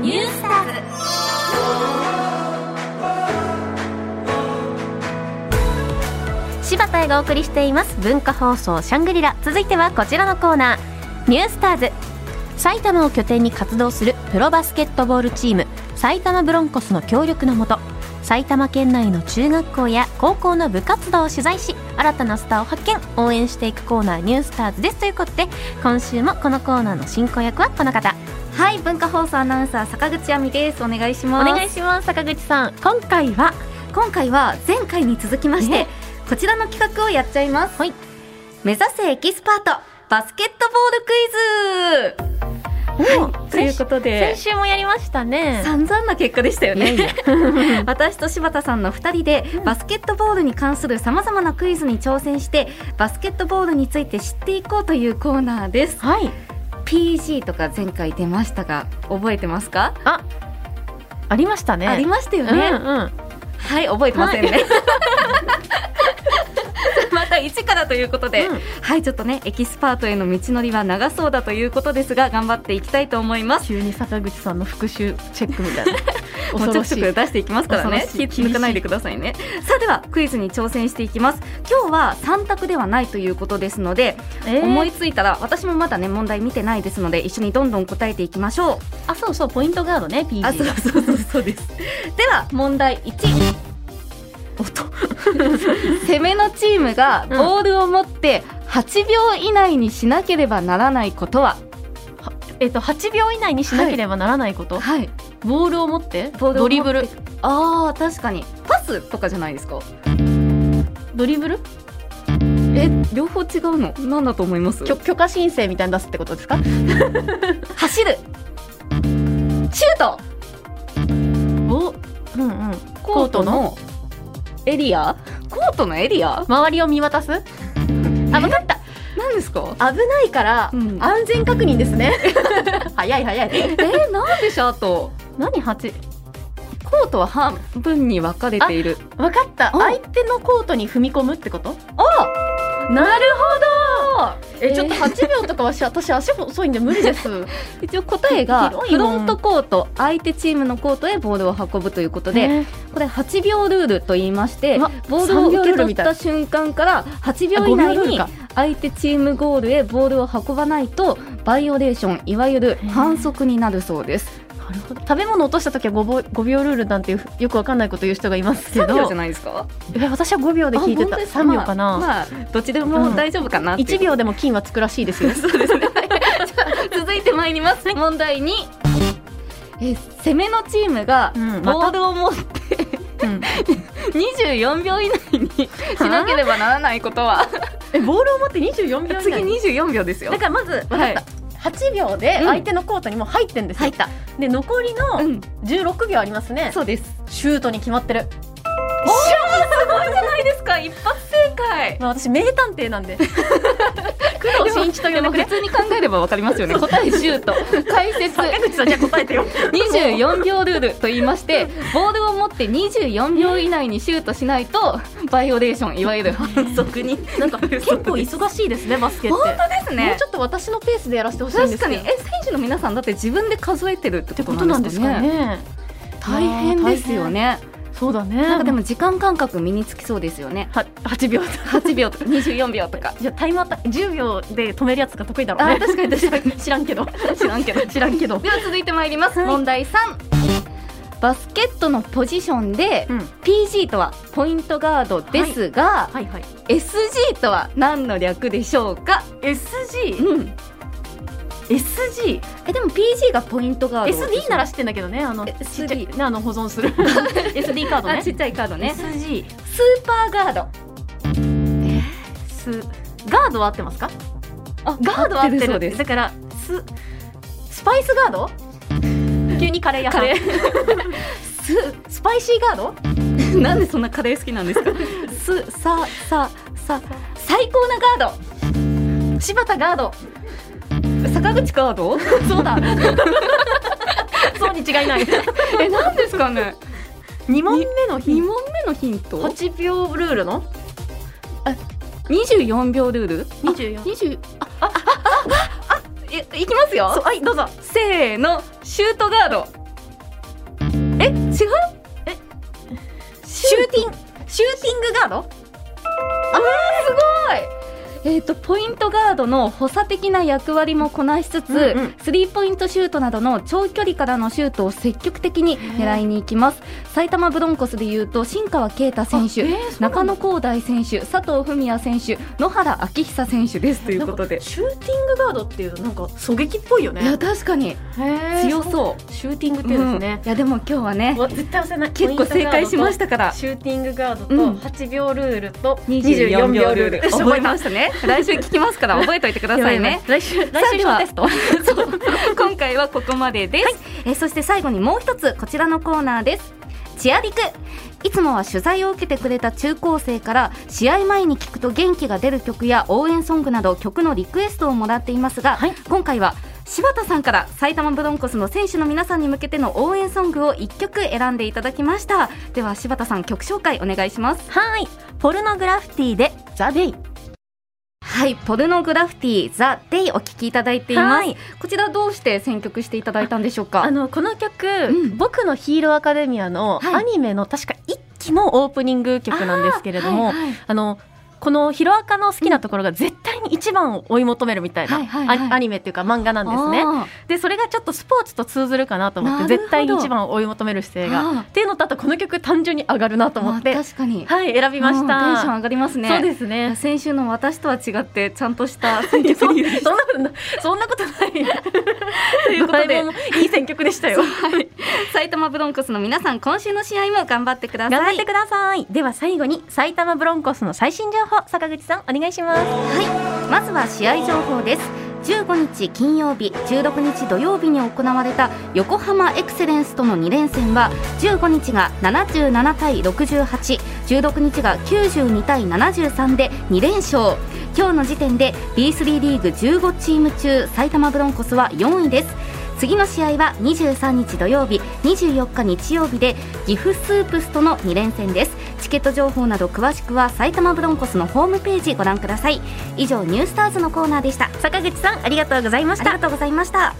ニュースターズ柴田がお送りしています文化放送シャングリラ続いてはこちらのコーナーニュースターズ埼玉を拠点に活動するプロバスケットボールチーム埼玉ブロンコスの協力のもと埼玉県内の中学校や高校の部活動を取材し新たなスターを発見応援していくコーナーニュースターズですということで今週もこのコーナーの進行役はこの方はい文化放送アナウンサー坂口亜美ですお願いしおます願いします坂口さん今回は今回は前回に続きまして、ねこちらの企画をやっちゃいます、はい目指せエキスパートバスケットボールクイズということで先週もやりましたね散々な結果でしたよいやねいや 私と柴田さんの2人でバスケットボールに関するさまざまなクイズに挑戦してバスケットボールについて知っていこうというコーナーですはい PG とか前回出ましたが覚えてますか、あありましたねありまましたよね、うんうんはい覚えてませんね、 また一からということで、うんはいちょっとねエキスパートへの道のりは長そうだということですが頑張っていきたいと思います急に坂口さんの復習チェックみたいな も恐うちょろくちしょいく出していきますからね恐気ろしい抜かないでくださいねさあではクイズに挑戦していきます今日は3択ではないということですので、えー思いついたら私もまだね問題見てないですので一緒にどんどん答えていきましょうあそうそうポイントガードね PG あそうそうそうそうですでは問題1音攻めのチームがボールを持って8秒以内にしなければならないことは、えっと8秒以内にしなければならないこと、はい、ボールを持ってボールドを持リってブルあー確かにパスとかじゃないですかドリブルえ両方違うの何だと思います許許可申請みたいに出すってことですか走るシュートおうんうんコートのエリアコートのエリア周りを見 渡すあ分かった何ですか危ないから、うん安全確認ですね 早い早いえー、何でしょうあと何8コートは半分に分かれている分かったうん相手のコートに踏み込むってことあなるあえちょっと8秒とか はし私足遅いんで無理です一応答えが広フいもんロントコート相手チームのコートへボールを運ぶということで、ねこれ8秒ルールと言いましてうわボールを受け3秒ルール取っみたいなた瞬間から8あ秒以5秒内ルールにか相手チームゴールへボールを運ばないとバイオレーションいわゆる反則になるそうです。なるほど食べ物落とした時は 5, 5秒ルールなんていうよくわかんないこと言う人がいますけ3秒どじゃないですかえ私は5秒で聞いてあ本当たです3秒かな、まあまあどっちでも大丈夫かなっていう1秒でも金はつくらしいですよそうですね続いてまいります、問題にえ攻めのチームがうんまたボールを持ってうん24秒以内にしなければならないこ とはえボールを持って24秒以次内に24秒ですよだからまず分かった、はい8秒でうん相手のコートにもう入ってんですよ、たで残りうのん16秒ありますね、そうですシュートに決まってるおーすごいじゃないですか一発正解まあ、私名探偵 なんで工藤新一と呼んでく普れ通に考えればわかりますよね答えシュート解 説坂口さんじゃあ答えてよ24秒ルールと言いましてボールを持って24秒以内にシュートしないとバイオレーションいわゆる反則になんか結構忙しいですねバスケって本当ですもねうちょっと私のペースでやらせてほしいんです確かけにえど選手の皆さんだって自分で数えてるってってここととななんんでですすかねかね大変ですよねそうだねなんかでもも時間感覚身につきそうですよねは8秒8秒とか24秒とかじゃあタイムアタック10秒で止めるやつが得意だろうあね確かに確かに知らんけど知らんけど知らんけどでは続いてまいります、はい問題3バスケットのポジションで、うん PG とはポイントガードですが、はいはい SG とは何の略でしょうか、 SGSG うん、えでも PG がポイントガード SD なら知ってんだけどねあの SD ちっちゃいねあの保存 する SD カードあねちっちゃいカードね SG スーパーガードすガードは合ってますかあガードは合ってそうるですだからすスパイスガード急にカレー屋さんカレすスパイシーガードなんでそんなカレー 好きなん ですかすさささ最高なガー柴田ガードド坂口ガードそうだそうに違いない えなんですかね二問目の2日問目のヒント八秒ルールの24秒ルール二十四20あああああえいきますよはいどうぞせーのシュートガードえ違うえシューティンシューティングガードあーすごいえー、とポイントガードの補佐的な役割もこなしつつ、うんうんスリーポイントシュートなどの長距離からのシュートを積極的に狙いに行きます埼玉ブロンコスでいうと新川圭太選手、あえーそうなんだ中野光大選手佐藤文也選手野原明久選手ですということなんでかシューティングガードっていうなんか狙撃っぽいよねいや確かに強そうシューティングってう、いうんですうねん、いやでも今日はねわ絶対忘れない結構正解しましたたからシューティングガードうとん8秒ルールと24 24秒秒ルルーールル 覚えまししたね来週聞きますから覚えておいてくだたさいね来週さあ来週ではのテスト 今回はここまでです、えーそして最後にもう一つこちらのコーナーですチアリクいつもは取材を受けてくれた中高生から試合前に聞くと元気が出る曲や応援ソングなど曲のリクエストをもらっていますが、はい今回は柴田さんから埼玉ブロンコスの選手の皆さんに向けての応援ソングを1曲選んでいただきましたでは柴田さん曲紹介お願いしますはいポルノグラフィティでザ・ベイはいポルノグラフィティザ・デイお聞きいただいています、はいこちらどうして選曲していただいたんでしょうかあのこの曲、うん僕のヒーローアカデミアのはいアニメの確か一期のオープニング曲なんですけれども、はいはいあのこのヒロアカの好きなところが絶対に一番を追い求めるみたいな、はいはいはいアアニメっていうか漫画なんですね。あでそれがちょっとスポーツと通ずるかなと思っなてるほど絶対に一番を追い求める姿ー勢が。っあーていうのとあとこの曲単純に上がるなと思って、まあ確かにはい選びましうんテンションた。上がりますねそうですね。先週の私とは違ってちゃんとした選曲理由でしそたんなこと ないそんなこと ない。ということでいい選曲でしたよ。埼玉ブロンコスの皆さん今週の試合も頑張ってください頑張ってください。では最後に埼玉ブロンコスの最新情報、坂口さんお願いします。はい、まずは試合情報です。15日金曜日、16日土曜日に行われた横浜エクセレンスとの2連戦は15日が77対68、16日が92対73で2連勝。今日の時点で B3 リーグ15チーム中埼玉ブロンコスは4位です。次の試合は23日土曜日、24日日曜日で岐阜スープスとの2連戦です。チケット情報など詳しくは埼玉ブロンコスのホームページご覧ください。以上ニュースターズのコーナーでしたあ坂口さんありがとうございましりたが。とうございました